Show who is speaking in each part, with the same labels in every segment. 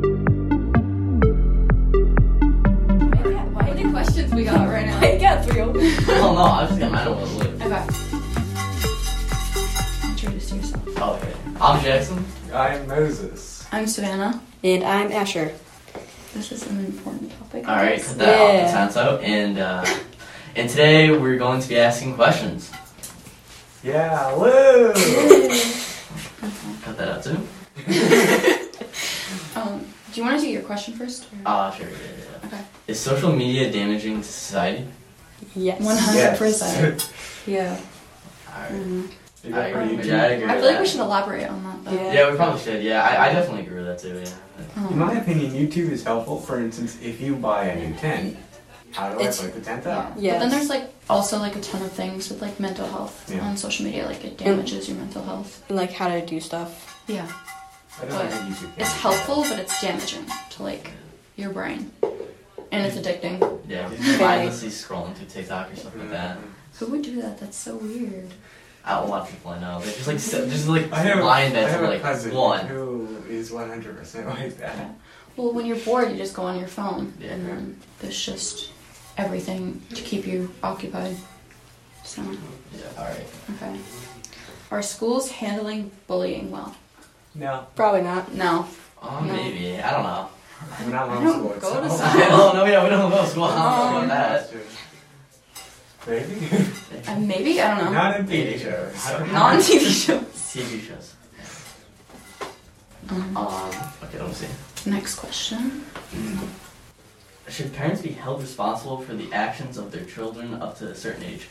Speaker 1: I was just gonna I don't want to live.
Speaker 2: Okay. Introduce yourself.
Speaker 1: Oh, okay. I'm Jackson.
Speaker 3: I'm Moses.
Speaker 2: I'm Savannah.
Speaker 4: And I'm Asher.
Speaker 2: This is an important topic.
Speaker 1: All right, cut that off.
Speaker 4: Yeah.
Speaker 1: That sounds out. And uh, and today we're going to be asking questions.
Speaker 3: Yeah, woo!
Speaker 1: Cut that out too.
Speaker 2: Um, do you want to do your question first? or-
Speaker 1: Ah, sure. Yeah, yeah, yeah.
Speaker 2: Okay.
Speaker 1: Is social media damaging to society?
Speaker 4: Yes.
Speaker 2: One hundred.
Speaker 3: yes.
Speaker 4: Yeah.
Speaker 1: All right.
Speaker 4: Mhm.
Speaker 3: You got
Speaker 1: I
Speaker 3: pretty
Speaker 1: agree.
Speaker 3: deep.
Speaker 1: Yeah, I
Speaker 2: I
Speaker 1: agree. with
Speaker 2: feel like
Speaker 1: that.
Speaker 2: we should elaborate on that. Though.
Speaker 4: Yeah.
Speaker 1: Yeah, we probably should. Yeah, I, I definitely agree with that too. Yeah.
Speaker 3: In
Speaker 2: Um,
Speaker 3: my opinion, YouTube is helpful. For instance, if you buy a new tent, how do
Speaker 2: It's-
Speaker 3: I put the tent
Speaker 2: yeah.
Speaker 3: up?
Speaker 2: But then
Speaker 4: Yes.
Speaker 2: there's like also like a ton of things with like mental health
Speaker 3: Yeah.
Speaker 2: on social media. Like it damages your mental health.
Speaker 4: And, Like how to do stuff.
Speaker 2: Mm. Yeah.
Speaker 3: I
Speaker 2: But
Speaker 3: don't think YouTube. can
Speaker 2: It's
Speaker 3: do
Speaker 2: helpful, but it's damaging to like your brain, and it's addicting.
Speaker 1: Yeah.
Speaker 3: Okay.
Speaker 1: Mindlessly scrolling through TikTok or something like that.
Speaker 2: Who would do that? That's so weird.
Speaker 1: I don't want people I know. They're just like so, just like
Speaker 3: I have,
Speaker 1: lying
Speaker 3: I
Speaker 1: that's
Speaker 3: have a
Speaker 1: like
Speaker 3: cousin
Speaker 1: one.
Speaker 3: who is 100% like that.
Speaker 2: Well, when you're bored, you just go on your phone,
Speaker 1: Yeah.
Speaker 2: and then there's just everything to keep you occupied. So,
Speaker 1: Yeah. All right.
Speaker 2: okay. Are schools handling bullying well?
Speaker 3: No,
Speaker 4: Probably not.
Speaker 2: No.
Speaker 1: Oh,
Speaker 2: No.
Speaker 1: maybe I don't know.
Speaker 3: we're not
Speaker 2: I
Speaker 3: home
Speaker 2: don't
Speaker 3: school.
Speaker 2: go to
Speaker 3: itself.
Speaker 2: some-
Speaker 1: oh no, we don't. We don't go to school. I don't know about that.
Speaker 3: Maybe.
Speaker 2: Uh, maybe I don't know.
Speaker 3: Not in TV shows.
Speaker 1: How- how-
Speaker 2: Non TV show.
Speaker 1: TV shows.
Speaker 2: Um,
Speaker 1: Um. Okay. Let me see.
Speaker 2: next question.
Speaker 1: Should parents be held responsible for the actions of their children up to a certain age?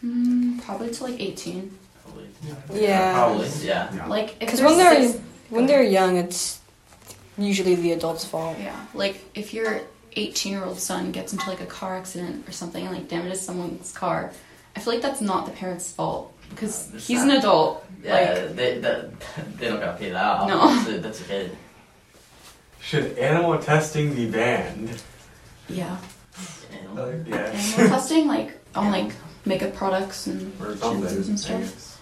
Speaker 2: Hmm, probably to like 18.
Speaker 1: Probably.
Speaker 4: Yeah.
Speaker 1: Probably. Yeah.
Speaker 3: No.
Speaker 2: Like if
Speaker 4: Because
Speaker 2: there's
Speaker 4: when they're
Speaker 2: six-
Speaker 4: when they're young, it's usually the adult's fault.
Speaker 2: Yeah, like if your 18 year old son gets into like a car accident or something and like damages someone's car, I feel like that's not the parent's fault because
Speaker 1: No, it's
Speaker 2: he's
Speaker 1: not.
Speaker 2: an adult.
Speaker 1: Yeah.
Speaker 2: Like,
Speaker 1: they, they they don't gotta pay that. Out.
Speaker 2: No.
Speaker 1: That's a, that's a kid.
Speaker 3: Should animal testing be banned?
Speaker 2: yeah.
Speaker 1: You know?
Speaker 3: Like, yes.
Speaker 2: Animal testing, like on
Speaker 1: Yeah.
Speaker 2: like makeup products and
Speaker 3: or
Speaker 2: shampoos and
Speaker 3: something. I
Speaker 2: stuff.
Speaker 3: guess.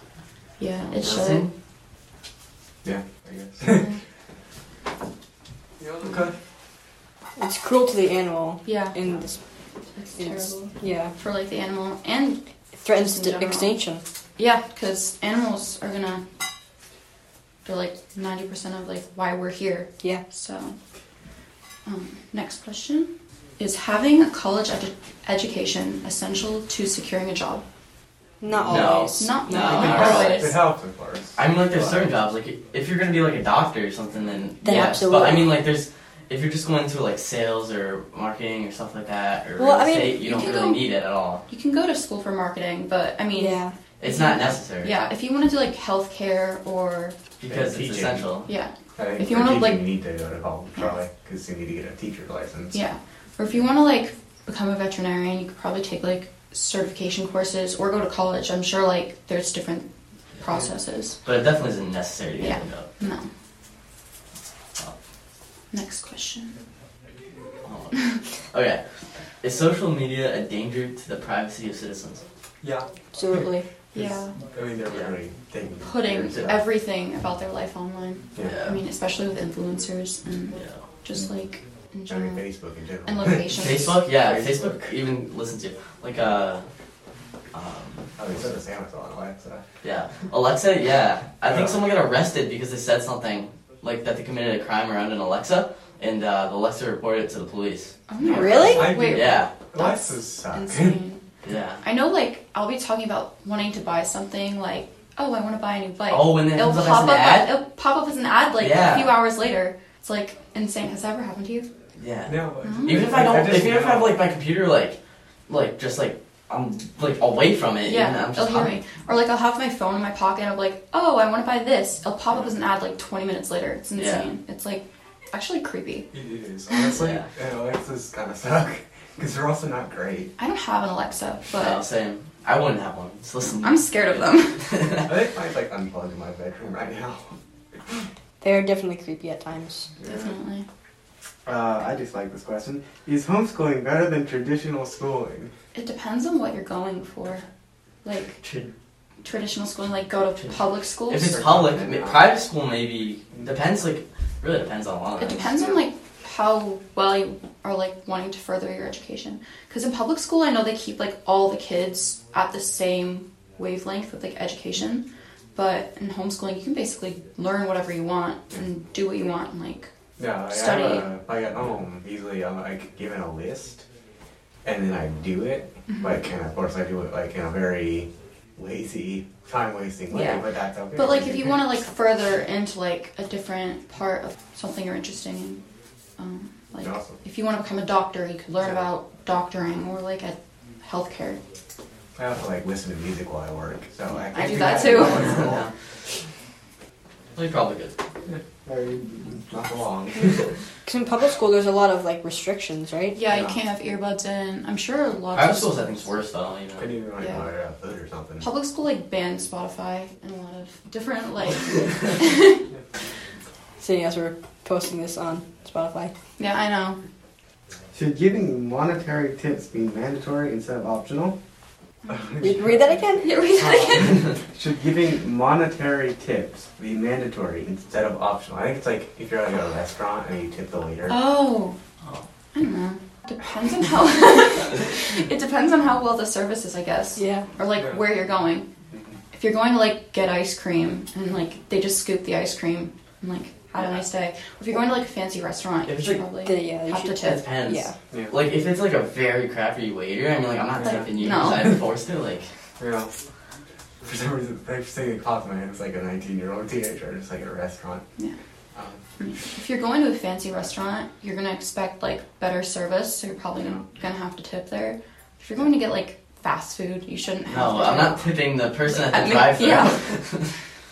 Speaker 2: Yeah, it should.
Speaker 1: Testing?
Speaker 3: Yeah, I guess. okay.
Speaker 4: It's cruel to the animal.
Speaker 2: yeah,
Speaker 4: And this,
Speaker 2: it's
Speaker 4: It's-
Speaker 2: terrible
Speaker 4: yeah,
Speaker 2: for like the animal and
Speaker 4: it threatens
Speaker 2: In
Speaker 4: to
Speaker 2: general.
Speaker 4: extinction.
Speaker 2: yeah, because animals are gonna. They're like 90% of like why we're here.
Speaker 4: Yeah.
Speaker 2: So, um, next question is having a college edu- education essential to securing a job?
Speaker 4: Not
Speaker 1: No.
Speaker 4: always.
Speaker 2: Not
Speaker 1: No,
Speaker 2: really,
Speaker 1: not
Speaker 2: but
Speaker 1: really.
Speaker 3: It helps, of course.
Speaker 1: I mean, like, there's certain jobs. Like, if you're gonna be like a doctor or something, then,
Speaker 4: Then
Speaker 1: yes.
Speaker 4: absolutely.
Speaker 1: But I mean, like, there's if you're just going to like sales or marketing or stuff like that or
Speaker 4: Well,
Speaker 1: real
Speaker 4: I mean,
Speaker 1: estate, you,
Speaker 2: you
Speaker 1: don't
Speaker 2: can
Speaker 1: really
Speaker 2: go-
Speaker 1: need it at all.
Speaker 2: You can go to school for marketing, but I mean,
Speaker 4: Yeah.
Speaker 1: It's not necessary.
Speaker 2: yeah, if you want to do like healthcare or
Speaker 1: Because it's
Speaker 3: Teaching.
Speaker 1: essential.
Speaker 2: yeah,
Speaker 3: I think
Speaker 2: If you
Speaker 3: for
Speaker 2: wanna,
Speaker 3: teaching,
Speaker 2: like-
Speaker 3: you need to go to college, probably, because you need to get a teacher license.
Speaker 2: yeah, or if you want to like become a veterinarian, you could probably take like certification courses or go to college. I'm sure like there's different processes.
Speaker 1: But it definitely isn't necessary to get
Speaker 2: Yeah.
Speaker 1: a job.
Speaker 2: No. Next question.
Speaker 1: Oh. Okay. Is social media a danger to the privacy of citizens?
Speaker 3: Yeah.
Speaker 4: Absolutely.
Speaker 2: Yeah,
Speaker 3: I mean, they're
Speaker 1: Yeah.
Speaker 3: really taking
Speaker 2: putting
Speaker 3: pictures of-
Speaker 2: everything about their life online.
Speaker 3: uh, yeah.
Speaker 2: I mean, especially with influencers
Speaker 1: Yeah.
Speaker 2: and just like in
Speaker 3: I mean,
Speaker 2: general.
Speaker 3: Facebook in general.
Speaker 2: And locations.
Speaker 1: Facebook? Yeah, Facebook.
Speaker 3: Facebook.
Speaker 1: even listen to. Like, uh. Um,
Speaker 3: I mean, so does Amazon, Alexa.
Speaker 1: yeah. Alexa, yeah. I think
Speaker 3: Yeah.
Speaker 1: someone got arrested because they said something, like, that they committed a crime around an Alexa, and uh, the Alexa reported it to the police.
Speaker 2: Oh my
Speaker 4: Really?
Speaker 2: gosh.
Speaker 3: I-
Speaker 2: Wait,
Speaker 1: Yeah,
Speaker 3: Alexa's suck.
Speaker 2: insane.
Speaker 1: yeah.
Speaker 2: I know, like, I'll be talking about wanting to buy something, like, oh, I want to buy a new bike.
Speaker 1: Oh, and then it
Speaker 2: it'll
Speaker 1: comes up
Speaker 2: pop
Speaker 1: as an
Speaker 2: up.
Speaker 1: ad?
Speaker 2: It'll pop up as an ad, like,
Speaker 1: Yeah.
Speaker 2: a few hours later. It's like insane. Has that ever happened to you?
Speaker 1: Yeah.
Speaker 3: No.
Speaker 2: Hmm?
Speaker 1: Even if I don't,
Speaker 3: Mm-hmm. just
Speaker 1: if even if I have,
Speaker 3: know.
Speaker 1: like, my computer, like, like, just, like, I'm, like, away from it, and
Speaker 2: Yeah,
Speaker 1: I'm
Speaker 2: it'll
Speaker 1: just.
Speaker 2: hear me. Or like, I'll have my phone in my pocket. and I'll be like, oh, I want to buy this. It'll pop up as an ad like 20 minutes later. It's insane. It's like actually creepy.
Speaker 3: It is. Honestly,
Speaker 1: Yeah.
Speaker 3: and Alexa's kind of suck. Because they're also not great.
Speaker 2: I don't have an Alexa,
Speaker 1: No,
Speaker 2: but
Speaker 1: same. I wouldn't have one. So listen.
Speaker 2: I'm scared of them.
Speaker 3: I think mine's like unplugged in my bedroom right now.
Speaker 4: They're definitely creepy at times.
Speaker 2: Definitely.
Speaker 3: Uh, I just like this question. Is homeschooling better than traditional schooling?
Speaker 2: It depends on what you're going for. Like traditional schooling, like go to public schools.
Speaker 1: If it's public, ma- private school maybe depends. Like, really depends on a lot. of
Speaker 2: It
Speaker 1: things.
Speaker 2: depends on like how well you are like wanting to further your education. Because in public school, I know they keep like all the kids at the same wavelength with like education, but in homeschooling, you can basically learn whatever you want and do what you want and like
Speaker 3: Yeah, like,
Speaker 2: Study.
Speaker 3: I have a, like at home, easily I'm like given a list, and then I do it. Like, and of course I do it like in a very lazy, time wasting way,
Speaker 2: Yeah.
Speaker 3: but that's okay.
Speaker 2: But like, if you want to like further into like a different part of something you're interested in, um, like
Speaker 3: Awesome.
Speaker 2: if you want to become a doctor, you could learn
Speaker 3: Yeah.
Speaker 2: about doctoring or like at healthcare.
Speaker 3: I also like listen to music while I work, so I,
Speaker 2: I
Speaker 3: can
Speaker 2: do that too.
Speaker 1: Yeah. Well, you're probably good.
Speaker 3: Very not for long.
Speaker 4: Because in public school, there's a lot of like restrictions, right?
Speaker 2: Yeah, you
Speaker 3: Yeah.
Speaker 2: can't have earbuds in. I'm sure a lot
Speaker 1: Private
Speaker 2: of
Speaker 1: schools, I think, is worse though. You
Speaker 3: Could
Speaker 1: know.
Speaker 3: even like
Speaker 2: Yeah.
Speaker 3: order out food or something.
Speaker 2: Public school like banned Spotify and a lot of different like
Speaker 4: Seeing as we're posting this on Spotify.
Speaker 2: yeah I know
Speaker 3: Should giving monetary tips be mandatory instead of optional?
Speaker 4: Read, read that again.
Speaker 2: yeah read that again.
Speaker 3: Should giving monetary tips be mandatory instead of optional? I think it's like if you're at a restaurant and you tip the waiter.
Speaker 2: Oh,
Speaker 1: Oh.
Speaker 2: I don't know. Depends on how it depends on how well the service is, I guess.
Speaker 4: Yeah.
Speaker 2: or like
Speaker 3: Yeah.
Speaker 2: where you're going.
Speaker 3: Mm-hmm.
Speaker 2: If you're going to like get ice cream and like they just scoop the ice cream and like had a nice day. Or if you're going to like a fancy restaurant,
Speaker 1: If
Speaker 2: you
Speaker 1: it's,
Speaker 2: should
Speaker 1: like,
Speaker 2: probably
Speaker 4: The- yeah, you
Speaker 2: have to
Speaker 4: should-
Speaker 1: It
Speaker 2: tip.
Speaker 1: depends.
Speaker 4: Yeah.
Speaker 3: Yeah.
Speaker 1: Like if it's like a very crappy waiter, I mean, like I'm not
Speaker 3: Like,
Speaker 1: tipping you
Speaker 2: no.
Speaker 1: because I'm forced to. Like
Speaker 3: Yeah. For some reason, the first thing that popped in my head was like a 19 year old teenager, just like at a restaurant.
Speaker 2: Yeah.
Speaker 3: Um,
Speaker 2: If you're going to a fancy restaurant, you're gonna expect like better service, so you're probably gonna, gonna have to tip there. If you're going to get like fast food, you shouldn't have
Speaker 1: no,
Speaker 2: to.
Speaker 1: I'm
Speaker 2: tip.
Speaker 1: not tipping the person
Speaker 2: I
Speaker 1: at the
Speaker 2: mean,
Speaker 1: drive-thru.
Speaker 2: yeah.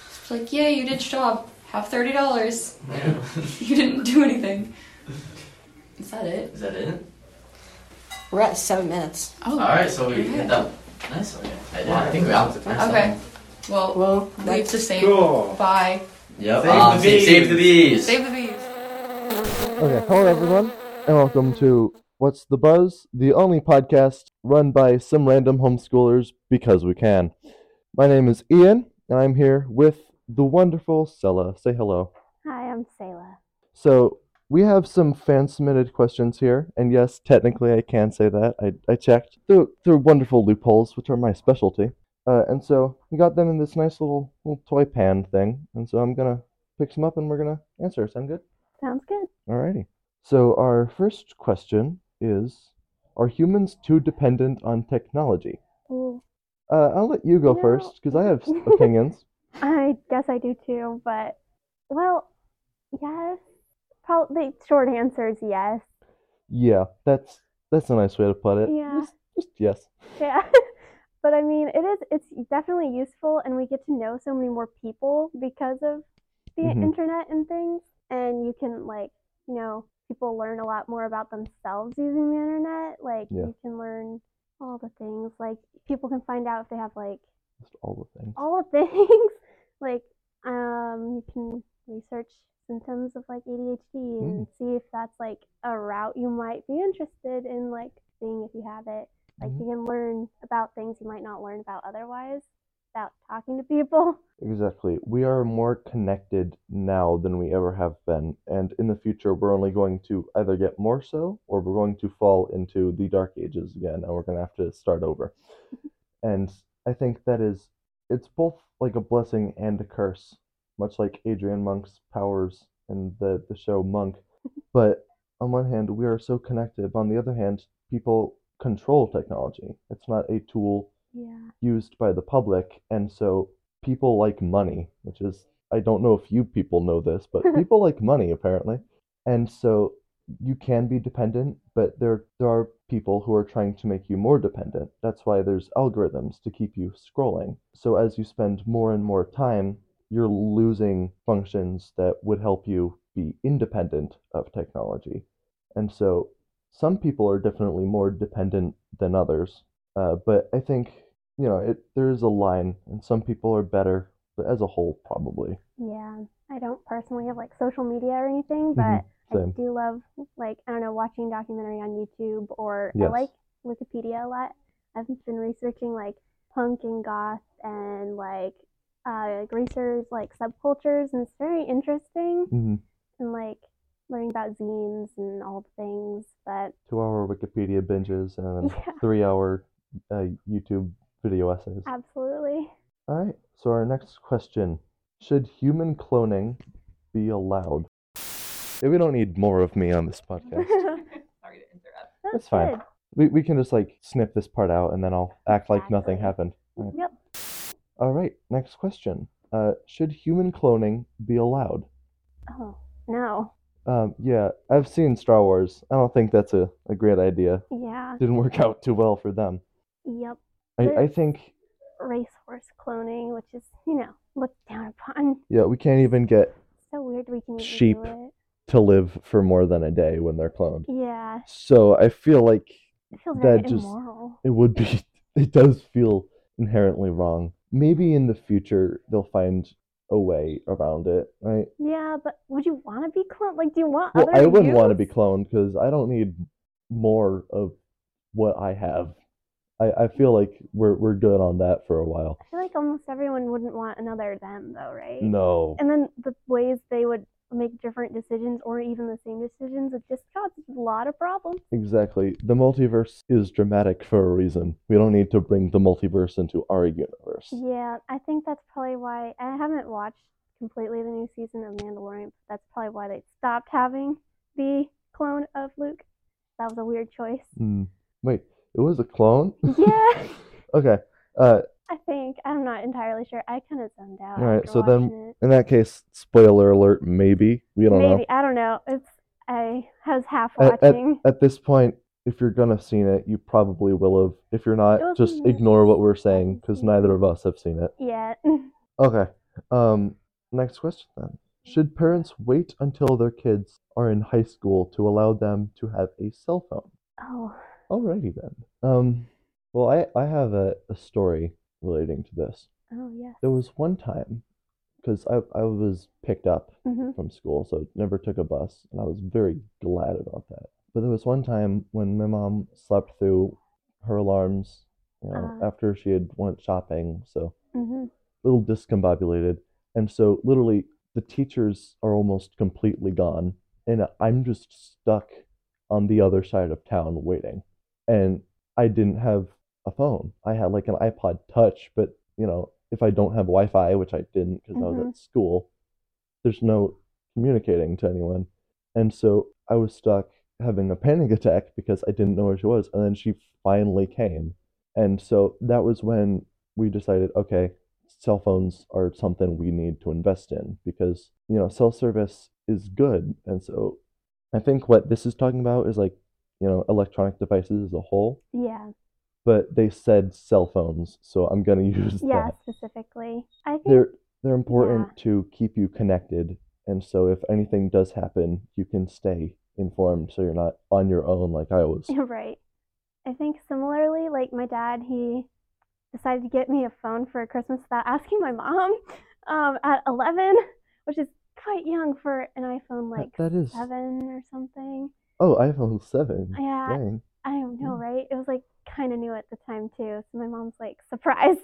Speaker 2: It's like, yeah, you did your job. Have thirty dollars.
Speaker 1: Yeah.
Speaker 2: You didn't do anything. Is that it?
Speaker 1: Is that it?
Speaker 4: We're at seven minutes.
Speaker 2: Oh,
Speaker 1: All right, so we
Speaker 2: Okay.
Speaker 1: hit that. Nice. Okay. I, did.
Speaker 3: Wow.
Speaker 1: I think we opted for
Speaker 2: Okay. Well,
Speaker 4: Well,
Speaker 2: leave
Speaker 4: that's
Speaker 2: the same.
Speaker 3: Cool.
Speaker 2: Bye.
Speaker 1: Yep.
Speaker 3: Save
Speaker 1: um,
Speaker 3: the bees.
Speaker 1: Save the bees.
Speaker 2: Save the bees.
Speaker 5: Okay, hello everyone, and welcome to What's the Buzz, the only podcast run by some random homeschoolers because we can. My name is Ian, and I'm here with the wonderful Sella. Say hello.
Speaker 6: Hi, I'm Selah.
Speaker 5: So, we have some fan submitted questions here, and yes, technically I can say that. I, I checked through, through wonderful loopholes, which are my specialty. Uh, and so, we got them in this nice little, little toy pan thing, and so I'm gonna pick some up and we're gonna answer. Sound good?
Speaker 6: Sounds good.
Speaker 5: Alrighty. So our first question is: Are humans too dependent on technology?
Speaker 6: Ooh,
Speaker 5: Uh, I'll let you go
Speaker 6: No.
Speaker 5: first because I have s- opinions.
Speaker 6: I guess I do too, but well, yes. Probably short answer is yes.
Speaker 5: yeah, that's that's a nice way to put it.
Speaker 6: Yeah.
Speaker 5: Just, just yes.
Speaker 6: Yeah. but I mean, it is it's definitely useful and we get to know so many more people because of the
Speaker 5: Mhm.
Speaker 6: internet and things and you can like, you know, people learn a lot more about themselves using the internet. Like
Speaker 5: Yeah.
Speaker 6: you can learn all the things like people can find out if they have like
Speaker 5: Just all the things.
Speaker 6: all the things. like, um, you can research symptoms of like ADHD and see if that's like a route you might be interested in, like seeing if you have it. Like,
Speaker 5: Mhm.
Speaker 6: you can learn about things you might not learn about otherwise without talking to people.
Speaker 5: Exactly. We are more connected now than we ever have been, and in the future, we're only going to either get more so, or we're going to fall into the dark ages again, and we're going to have to start over. And I think that is, it's both like a blessing and a curse, much like Adrian Monk's powers in the the show Monk. But on one hand, we are so connected. On the other hand, people control technology. It's not a tool
Speaker 6: Yeah.
Speaker 5: used by the public, and so people like money, which is I don't know if you people know this, but people like money apparently, and so you can be dependent, but there there are people who are trying to make you more dependent. That's why there's algorithms to keep you scrolling. So as you spend more and more time, you're losing functions that would help you be independent of technology, and so some people are definitely more dependent than others. Uh, but I think you know it. There is a line, and some people are better, but as a whole, probably.
Speaker 6: Yeah. I don't personally have like social media or anything, but
Speaker 5: Mhm,
Speaker 6: I
Speaker 5: Same.
Speaker 6: do love like I don't know watching documentary on YouTube or I
Speaker 5: Yes.
Speaker 6: like Wikipedia a lot. I've been researching like punk and goth and like uh, greasers like subcultures and it's very interesting
Speaker 5: hmm
Speaker 6: and like learning about zines and all the things, but
Speaker 5: Two hour Wikipedia binges and then
Speaker 6: yeah,
Speaker 5: three hour uh, YouTube video essays.
Speaker 6: absolutely.
Speaker 5: All right. So our next question: Should human cloning be allowed? Yeah, we don't need more of me on this podcast.
Speaker 7: Sorry to interrupt.
Speaker 6: That's
Speaker 5: fine.
Speaker 6: good.
Speaker 5: We we can just like snip this part out and then I'll act like nothing
Speaker 6: Exactly.
Speaker 5: happened. Right.
Speaker 6: Yep.
Speaker 5: All right. Next question: uh, Should human cloning be allowed?
Speaker 6: Oh, no.
Speaker 5: Um, yeah, I've seen Star Wars. I don't think that's a, a great idea.
Speaker 6: Yeah.
Speaker 5: Didn't work out too well for them.
Speaker 6: Yep.
Speaker 5: I,
Speaker 6: But-
Speaker 5: I think
Speaker 6: Racehorse cloning, which is, you know, looked down upon.
Speaker 5: yeah, we can't even get
Speaker 6: So weird we can even
Speaker 5: Sheep.
Speaker 6: do
Speaker 5: to live for more than a day when they're cloned.
Speaker 6: it. Yeah.
Speaker 5: So I feel like
Speaker 6: It feels very
Speaker 5: That just-
Speaker 6: immoral.
Speaker 5: it would be it does feel inherently wrong. Maybe in the future they'll find a way around it, right?
Speaker 6: Yeah, but would you want to be cloned? Like, do you want
Speaker 5: Well,
Speaker 6: other
Speaker 5: I wouldn't want to be
Speaker 6: use?
Speaker 5: cloned because I don't need more of what I have. I, I feel like we're we're good on that for a while.
Speaker 6: I feel like almost everyone wouldn't want another them, though, right?
Speaker 5: No.
Speaker 6: And then the ways they would make different decisions or even the same decisions, it just causes a lot of problems.
Speaker 5: Exactly. The multiverse is dramatic for a reason. We don't need to bring the multiverse into our universe.
Speaker 6: Yeah, I think that's probably why I haven't watched completely the new season of Mandalorian. But that's probably why they stopped having the clone of Luke. That was a weird choice.
Speaker 5: Hmm. Wait, it was a clone?
Speaker 6: yeah,
Speaker 5: Okay. Uh,
Speaker 6: I think I'm not entirely sure. I kind of zoned out.
Speaker 5: All right,
Speaker 6: after
Speaker 5: so then
Speaker 6: watching it.
Speaker 5: in that case, spoiler alert, maybe. We don't
Speaker 6: maybe
Speaker 5: know. Uh,
Speaker 6: I don't know. It's I was half
Speaker 5: At- at-
Speaker 6: watching.
Speaker 5: At this point, if you're gonna have seen it, you probably will have. If you're
Speaker 6: It
Speaker 5: not,
Speaker 6: was
Speaker 5: just
Speaker 6: in the
Speaker 5: ignore what we're saying because
Speaker 6: season.
Speaker 5: neither of us have seen it.
Speaker 6: yeah,
Speaker 5: Okay. Um, next question then.
Speaker 6: Mm-hmm.
Speaker 5: Should parents wait until their kids are in high school to allow them to have a cell phone?
Speaker 6: oh,
Speaker 5: Alrighty then. Um, well, I, I have a, a story relating to this.
Speaker 6: oh yeah.
Speaker 5: There was one time, because I, I was picked up
Speaker 6: hmm
Speaker 5: from school, so never took a bus, and I was very glad about that. But there was one time when my mom slept through her alarms, you know,
Speaker 6: Ah.
Speaker 5: after she had went shopping, so
Speaker 6: hmm
Speaker 5: a little discombobulated. And so literally the teachers are almost completely gone and I'm just stuck on the other side of town waiting. And I didn't have a phone. I had like an iPod touch, but you know, if I don't have Wi-Fi, which I didn't because I was
Speaker 6: Mhm.
Speaker 5: at school, there's no communicating to anyone. And so I was stuck having a panic attack because I didn't know where she was. And then she finally came. And so that was when we decided, okay, cell phones are something we need to invest in because you know cell service is good and so i think what this is talking about is like you know electronic devices as a whole
Speaker 6: Yeah.
Speaker 5: but they said cell phones so i'm going to use
Speaker 6: Yeah,
Speaker 5: that
Speaker 6: specifically. I think
Speaker 5: they're they're important to keep you connected and so if anything does happen you can stay informed so you're not on your own like i was
Speaker 6: right. I think similarly, like my dad, he decided to get me a phone for Christmas without asking my mom um, at 11, which is quite young for an iPhone like
Speaker 5: that is
Speaker 6: seven or something.
Speaker 5: oh iphone 7
Speaker 6: Yeah,
Speaker 5: dang
Speaker 6: I don't know,
Speaker 5: Mm.
Speaker 6: right? It was like kind of new at the time too. So my mom's like surprised.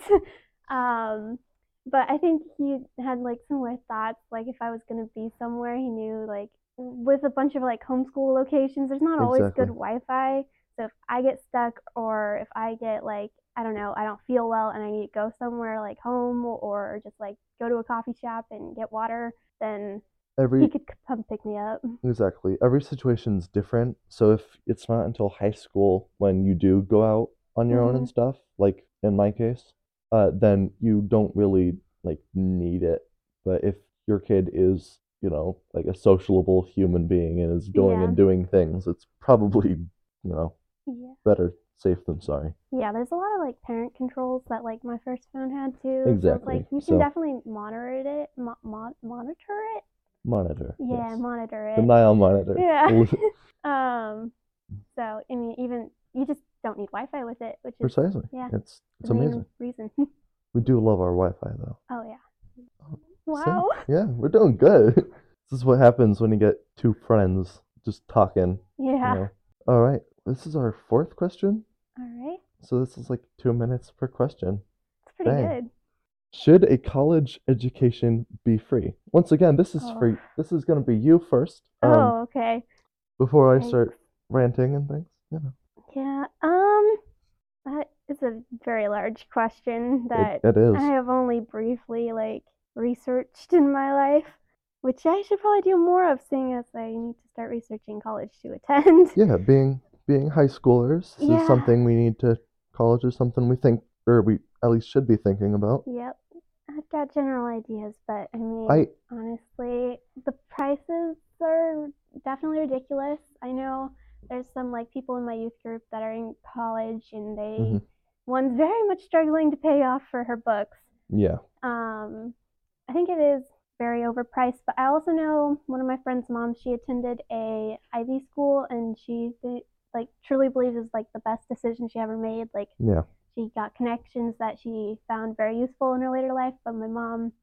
Speaker 6: um, but I think he had like similar thoughts. Like if I was gonna be somewhere, he knew like with a bunch of like homeschool locations, there's not always
Speaker 5: Exactly.
Speaker 6: good Wi-Fi. So if I get stuck or if I get like I don't know, I don't feel well and I need to go somewhere like home or just like go to a coffee shop and get water, then
Speaker 5: every
Speaker 6: he could c- come pick me up.
Speaker 5: Exactly. Every situation's different. So if it's not until high school when you do go out on your
Speaker 6: Mm-hmm.
Speaker 5: own and stuff, like in my case, uh, then you don't really like need it. But if your kid is, you know, like a sociable human being and is going
Speaker 6: Yeah.
Speaker 5: and doing things, it's probably, you know,
Speaker 6: Yeah.
Speaker 5: better safe than sorry.
Speaker 6: Yeah, there's a lot of like parent controls that like my first phone had too. So it's
Speaker 5: Exactly,
Speaker 6: like you can
Speaker 5: so-
Speaker 6: definitely monitor it, mo- mo- monitor it.
Speaker 5: Monitor.
Speaker 6: Yeah,
Speaker 5: yes.
Speaker 6: monitor
Speaker 5: The
Speaker 6: it.
Speaker 5: Nile monitor.
Speaker 6: Yeah. um. So I mean, even you just don't need Wi-Fi with it, which is
Speaker 5: Precisely.
Speaker 6: Yeah.
Speaker 5: It's it's
Speaker 6: the main
Speaker 5: amazing.
Speaker 6: reason.
Speaker 5: We do love our Wi-Fi though.
Speaker 6: oh yeah.
Speaker 5: Oh,
Speaker 6: Wow.
Speaker 5: Yeah, we're doing good. This is what happens when you get two friends just talking.
Speaker 6: Yeah.
Speaker 5: You know? All right, this is our fourth question.
Speaker 6: All right.
Speaker 5: So this is like two minutes per question.
Speaker 6: It's pretty
Speaker 5: Dang.
Speaker 6: good.
Speaker 5: Should a college education be free? Once again, this is
Speaker 6: Oh.
Speaker 5: free. This is going to be you first. Um,
Speaker 6: oh, okay.
Speaker 5: before I
Speaker 6: Thanks.
Speaker 5: start ranting and things. You know,
Speaker 6: Yeah. Um, that is a very large question that
Speaker 5: it, it is.
Speaker 6: I have only briefly like researched in my life, which I should probably do more of, seeing as I need to start researching college to attend.
Speaker 5: Yeah, being being high schoolers this
Speaker 6: Yeah.
Speaker 5: is something we need to college is something we think or we at least should be thinking about.
Speaker 6: Yep. I've got general ideas, but I mean,
Speaker 5: I
Speaker 6: honestly, the prices are definitely ridiculous. I know there's some like people in my youth group that are in college and they
Speaker 5: Mhm.
Speaker 6: one's very much struggling to pay off for her books.
Speaker 5: yeah.
Speaker 6: Um, I think it is very overpriced, but I also know one of my friend's mom, she attended a Ivy school and she th- like truly believes is like the best decision she ever made. Like
Speaker 5: Yeah.
Speaker 6: she got connections that she found very useful in her later life, but my mom,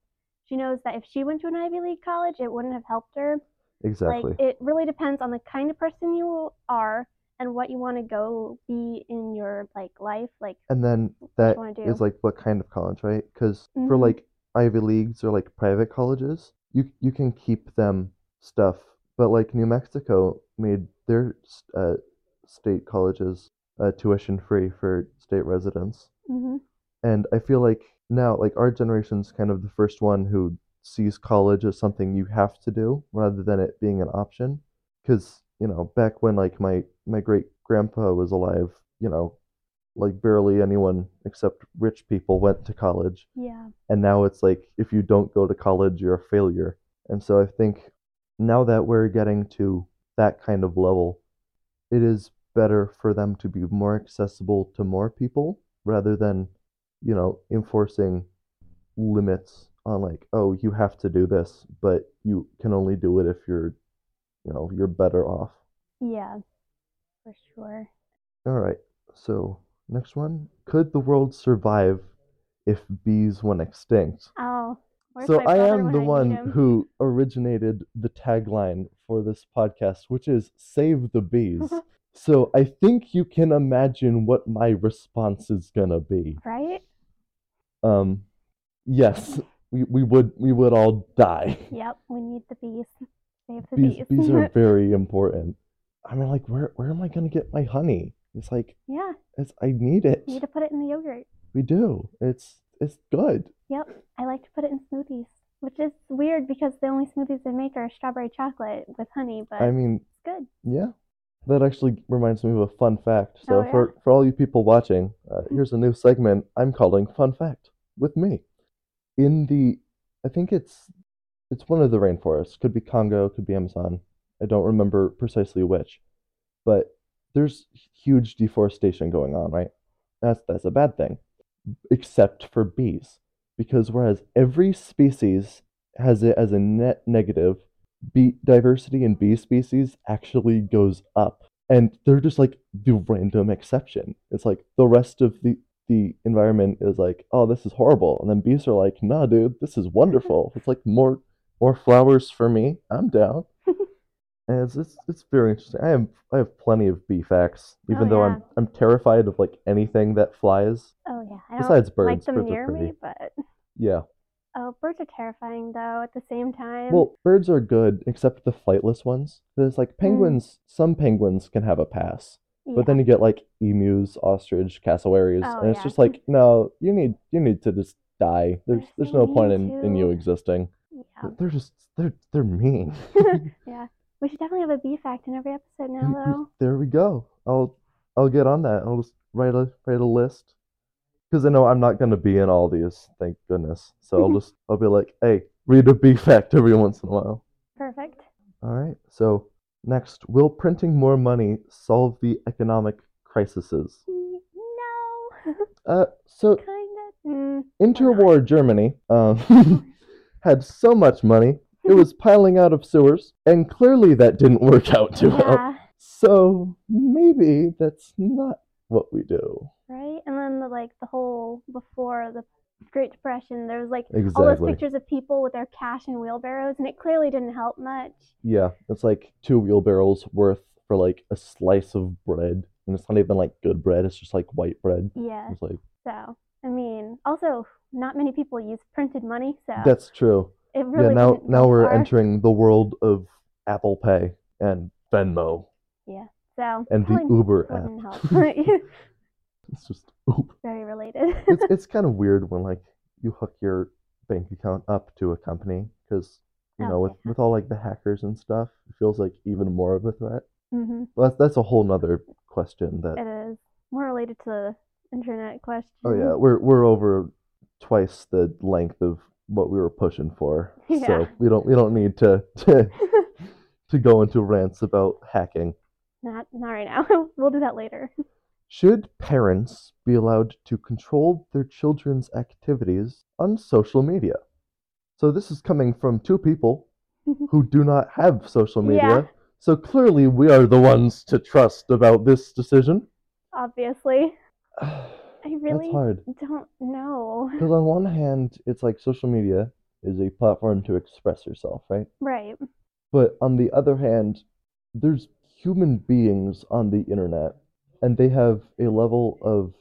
Speaker 6: she knows that if she went to an Ivy League college, it wouldn't have helped her.
Speaker 5: Exactly.
Speaker 6: Like it really depends on the kind of person you are and what you want to go be in your like life. Like
Speaker 5: and then that
Speaker 6: wanna do.
Speaker 5: is like what kind of college, right? Because for
Speaker 6: Mhm.
Speaker 5: like Ivy Leagues or like private colleges, you you can keep them stuff, but like New Mexico made their s- uh, state colleges uh, tuition free for state residents.
Speaker 6: mhm.
Speaker 5: And I feel like now, like our generation's kind of the first one who sees college as something you have to do rather than it being an option. Because, you know, back when like my my great grandpa was alive, you know, like barely anyone except rich people went to college.
Speaker 6: yeah.
Speaker 5: And now it's like if you don't go to college, you're a failure. And so I think now that we're getting to that kind of level, it is better for them to be more accessible to more people rather than, you know, enforcing limits on like, oh, you have to do this, but you can only do it if you're, you know, you're better off.
Speaker 6: Yeah. For sure.
Speaker 5: All right. So, next one. Could the world survive if bees went extinct?
Speaker 6: Oh, where's
Speaker 5: so
Speaker 6: my
Speaker 5: I
Speaker 6: brother
Speaker 5: am
Speaker 6: when
Speaker 5: the
Speaker 6: need
Speaker 5: one
Speaker 6: him?
Speaker 5: who originated the tagline for this podcast, which is "Save the Bees." so I think you can imagine what my response is gonna be.
Speaker 6: Right?
Speaker 5: Um, yes, we, we would we would all die.
Speaker 6: Yep, we need the bees. Save the
Speaker 5: Bees,
Speaker 6: bees.
Speaker 5: bees are very important. I mean, like, where where am I gonna get my honey? It's like
Speaker 6: yeah,
Speaker 5: it's I need it.
Speaker 6: you need to put it in the yogurt.
Speaker 5: We do. It's it's good.
Speaker 6: I like to put it in smoothies, which is weird because the only smoothies they make are strawberry chocolate with honey, but
Speaker 5: I mean,
Speaker 6: it's good.
Speaker 5: Yeah. That actually reminds me of a fun fact. So,
Speaker 6: Oh, yeah? Mm-hmm.
Speaker 5: for, for all you people watching, uh, here's a new segment I'm calling Fun Fact with me. In the, I think it's it's one of the rainforests. Could be Congo, could be Amazon. I don't remember precisely which, but there's huge deforestation going on, right? That's that's a bad thing, except for bees, because whereas every species has it as a net negative, bee diversity in bee species actually goes up, and they're just like the random exception. It's like the rest of the the environment is like, oh, this is horrible, and then bees are like, nah, dude, this is wonderful. It's like more more flowers for me. I'm down. and it's, it's it's very interesting. I am I have plenty of bee facts, even
Speaker 6: Oh,
Speaker 5: though
Speaker 6: yeah.
Speaker 5: I'm I'm terrified of like anything that flies.
Speaker 6: Oh, yeah. I don't
Speaker 5: Besides birds,
Speaker 6: like them
Speaker 5: birds are
Speaker 6: near
Speaker 5: pretty.
Speaker 6: me, but.
Speaker 5: Yeah.
Speaker 6: Oh, birds are terrifying, though, at the same time.
Speaker 5: Well, birds are good except the flightless ones. There's
Speaker 6: Hmm.
Speaker 5: like penguins. Some penguins can have a pass,
Speaker 6: Yeah.
Speaker 5: but then you get like emus, ostrich, cassowaries,
Speaker 6: Oh,
Speaker 5: and it's
Speaker 6: yeah.
Speaker 5: just like, no, you need you need to just die. There's
Speaker 6: There's
Speaker 5: there's
Speaker 6: no
Speaker 5: no point in,
Speaker 6: need
Speaker 5: in
Speaker 6: to.
Speaker 5: you existing.
Speaker 6: yeah.
Speaker 5: They're just they're they're mean.
Speaker 6: We should definitely have a bee fact in every episode now, though.
Speaker 5: There we go. I'll I'll get on that. I'll just write a write a list because I know I'm not gonna be in all these. Thank goodness. So I'll just I'll be like, hey, read a B fact every once in a while.
Speaker 6: Perfect.
Speaker 5: All right. So next, will printing more money solve the economic crises?
Speaker 6: Mm, No.
Speaker 5: Uh, so
Speaker 6: kind of. Mm,
Speaker 5: interwar Germany um, had so much money it was piling out of sewers, and clearly that didn't work out too well.
Speaker 6: yeah.
Speaker 5: So maybe that's not what we do.
Speaker 6: Right? And then the like the whole before the Great Depression, there was like all those
Speaker 5: Exactly.
Speaker 6: pictures of people with their cash in wheelbarrows, and it clearly didn't help much.
Speaker 5: Yeah, it's like two wheelbarrows worth for like a slice of bread, and it's not even like good bread. It's just like white bread.
Speaker 6: Yeah.
Speaker 5: It's like
Speaker 6: So I mean, also not many people use printed money, so
Speaker 5: That's true.
Speaker 6: it really
Speaker 5: yeah, now
Speaker 6: didn't
Speaker 5: now we're
Speaker 6: work.
Speaker 5: entering the world of Apple Pay and Venmo
Speaker 6: so
Speaker 5: and the
Speaker 6: probably
Speaker 5: Uber
Speaker 6: wouldn't
Speaker 5: app.
Speaker 6: help.
Speaker 5: It's just oop.
Speaker 6: Very related.
Speaker 5: it's it's kind of weird when like you hook your bank account up to a company because you
Speaker 6: Oh,
Speaker 5: know with
Speaker 6: yeah.
Speaker 5: with all like the hackers and stuff, it feels like even more of a threat.
Speaker 6: hmm
Speaker 5: Well, that's that's a whole nother question that
Speaker 6: It is more related to the internet question.
Speaker 5: uh, Oh yeah, we're we're over twice the length of what we were pushing for. So
Speaker 6: Yeah.
Speaker 5: we don't we don't need to, to to go into rants about hacking.
Speaker 6: not not right now. we'll do that later.
Speaker 5: Should parents be allowed to control their children's activities on social media? So this is coming from two people who do not have social media.
Speaker 6: Yeah.
Speaker 5: So clearly we are the ones to trust about this decision.
Speaker 6: Obviously,
Speaker 5: That's
Speaker 6: I really
Speaker 5: hard.
Speaker 6: don't know.
Speaker 5: Because on one hand, it's like social media is a platform to express yourself, right?
Speaker 6: Right.
Speaker 5: But on the other hand, there's human beings on the internet, and they have a level of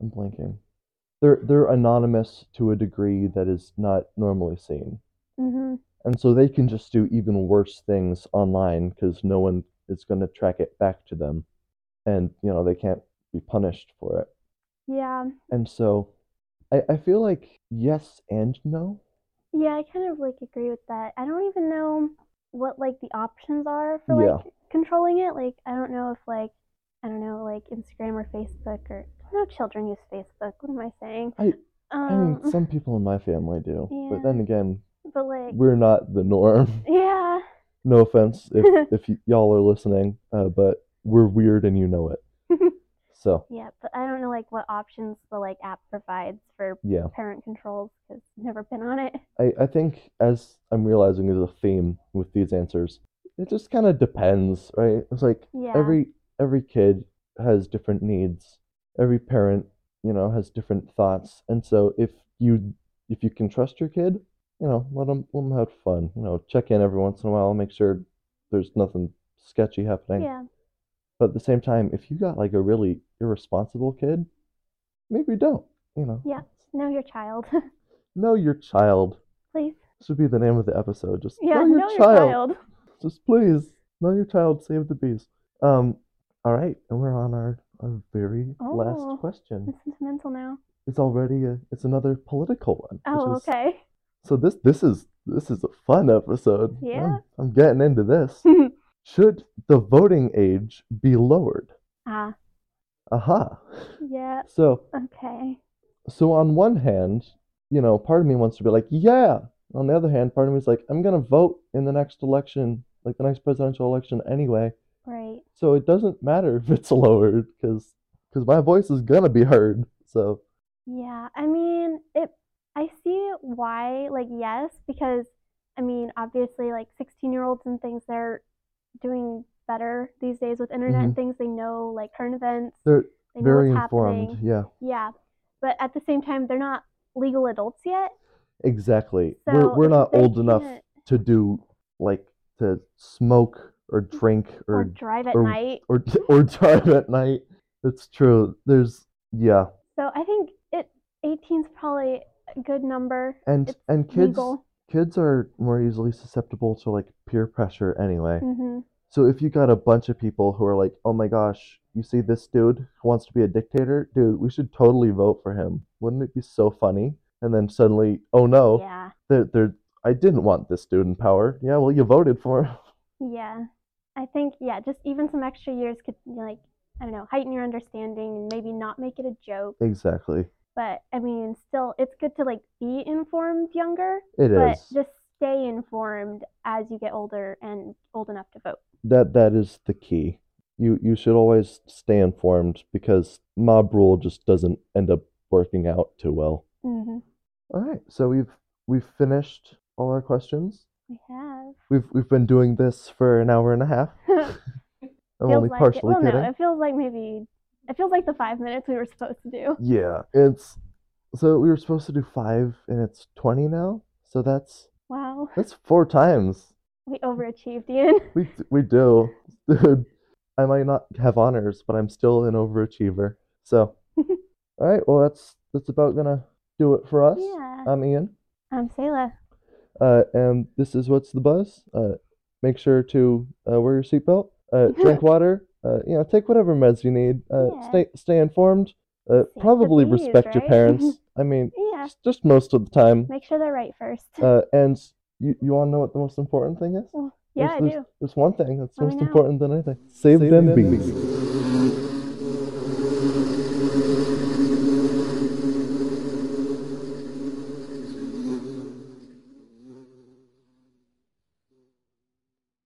Speaker 5: I'm blanking. They're they're anonymous to a degree that is not normally seen,
Speaker 6: hmm
Speaker 5: and so they can just do even worse things online because no one is going to track it back to them, and you know they can't be punished for it.
Speaker 6: Yeah.
Speaker 5: And so, I I feel like yes and no.
Speaker 6: Yeah, I kind of like agree with that. I don't even know what like the options are for like controlling it. Like I don't know if like I don't know like Instagram or Facebook or no children use Facebook. What am I saying?
Speaker 5: I- I
Speaker 6: um,
Speaker 5: mean, some people in my family do, but then again,
Speaker 6: but like
Speaker 5: we're not the norm.
Speaker 6: yeah,
Speaker 5: No offense if, if y- y'all are listening, uh, but we're weird and you know it. so,
Speaker 6: yeah. But I don't know like what options the like app provides for
Speaker 5: yeah,
Speaker 6: parent controls because never been on it.
Speaker 5: I, I think as I'm realizing is a theme with these answers, it just kind of depends, right? It's like
Speaker 6: Yeah.
Speaker 5: every every kid has different needs. Every parent, you know, has different thoughts, and so if you if you can trust your kid, you know, let them let them have fun. You know, check in every once in a while, make sure there's nothing sketchy happening.
Speaker 6: yeah.
Speaker 5: But at the same time, if you got like a really irresponsible kid, maybe don't. You know,
Speaker 6: Yeah. Know your child,
Speaker 5: know your child.
Speaker 6: please.
Speaker 5: This would be the name of the episode. Just
Speaker 6: Yeah.
Speaker 5: know your child.
Speaker 6: child.
Speaker 5: Just please know your child. Save the bees. Um. All right, and we're on our our very
Speaker 6: Oh.
Speaker 5: last question.
Speaker 6: I'm sentimental now.
Speaker 5: It's already a, it's another political one.
Speaker 6: Oh,
Speaker 5: which is-
Speaker 6: okay.
Speaker 5: So this this is this is a fun episode.
Speaker 6: Yeah.
Speaker 5: I'm, I'm getting into this. Should the voting age be lowered?
Speaker 6: Ah,
Speaker 5: Aha.
Speaker 6: yeah.
Speaker 5: So
Speaker 6: Okay.
Speaker 5: so on one hand, you know, part of me wants to be like, yeah. On the other hand, part of me is like, I'm gonna vote in the next election, like the next presidential election anyway.
Speaker 6: Right.
Speaker 5: So it doesn't matter if it's lowered because my voice is gonna be heard. So
Speaker 6: Yeah, I mean, it, I see why, like, yes, because I mean, obviously, like 16 year olds and things, they're doing better these days with internet and things. They know, like, current events,
Speaker 5: Mm-hmm. they're
Speaker 6: they know
Speaker 5: very
Speaker 6: what's
Speaker 5: informed.
Speaker 6: happening.
Speaker 5: Yeah,
Speaker 6: Yeah, but at the same time, they're not legal adults yet.
Speaker 5: exactly.
Speaker 6: So
Speaker 5: we're we're
Speaker 6: if
Speaker 5: not
Speaker 6: they
Speaker 5: old enough
Speaker 6: can't-
Speaker 5: to do like to smoke or drink
Speaker 6: Mm. or
Speaker 5: or
Speaker 6: drive at
Speaker 5: or-
Speaker 6: night.
Speaker 5: or or drive at night. That's true. There's yeah,
Speaker 6: So I think it 18's probably a good number.
Speaker 5: and
Speaker 6: It's
Speaker 5: and kids.
Speaker 6: legal.
Speaker 5: kids are more easily susceptible to like peer pressure anyway.
Speaker 6: hmm
Speaker 5: So if you got a bunch of people who are like, "Oh my gosh, you see this dude who wants to be a dictator? Dude, we should totally vote for him. Wouldn't it be so funny?" And then suddenly, "Oh no,
Speaker 6: Yeah.
Speaker 5: they're, they're, I didn't want this dude in power." Yeah, well, you voted for him.
Speaker 6: Yeah. I think, yeah, just even some extra years could, like, I don't know, heighten your understanding and maybe not make it a joke.
Speaker 5: exactly.
Speaker 6: But I mean, still, it's good to like be informed younger,
Speaker 5: It is
Speaker 6: but just stay informed as you get older and old enough to vote.
Speaker 5: that that is the key. You you should always stay informed because mob rule just doesn't end up working out too well.
Speaker 6: Mm-hmm.
Speaker 5: All right, so we've we've finished all our questions.
Speaker 6: We have.
Speaker 5: We've we've been doing this for an hour and a half. I'm
Speaker 6: Feels
Speaker 5: only
Speaker 6: like
Speaker 5: partially
Speaker 6: it. Well,
Speaker 5: kidding.
Speaker 6: no, it feels like maybe it feels like the five minutes we were supposed to do.
Speaker 5: Yeah, it's so we were supposed to do five, and it's twenty now. So that's
Speaker 6: Wow,
Speaker 5: that's four times.
Speaker 6: we overachieved, Ian.
Speaker 5: We we do, dude. I might not have honors, but I'm still an overachiever. So, all right. Well, that's that's about gonna do it for us.
Speaker 6: Yeah. Um,
Speaker 5: I'm Ian.
Speaker 6: I'm Selah.
Speaker 5: Uh, and this is what's the buzz. Uh, make sure to uh, wear your seatbelt. Uh, drink water. Uh, you know, take whatever meds you need. Uh,
Speaker 6: Yeah.
Speaker 5: Stay stay informed. Uh,
Speaker 6: the
Speaker 5: probably
Speaker 6: bees,
Speaker 5: respect your
Speaker 6: right?
Speaker 5: parents. I mean,
Speaker 6: Yeah.
Speaker 5: just- just most of the time.
Speaker 6: Make sure they're right first.
Speaker 5: Uh, and you you want to know what the most important thing is?
Speaker 6: yeah,
Speaker 5: There's-
Speaker 6: I
Speaker 5: there's,
Speaker 6: do.
Speaker 5: There's one thing that's
Speaker 6: Let me
Speaker 5: most
Speaker 6: know.
Speaker 5: important than anything. Save, them bees.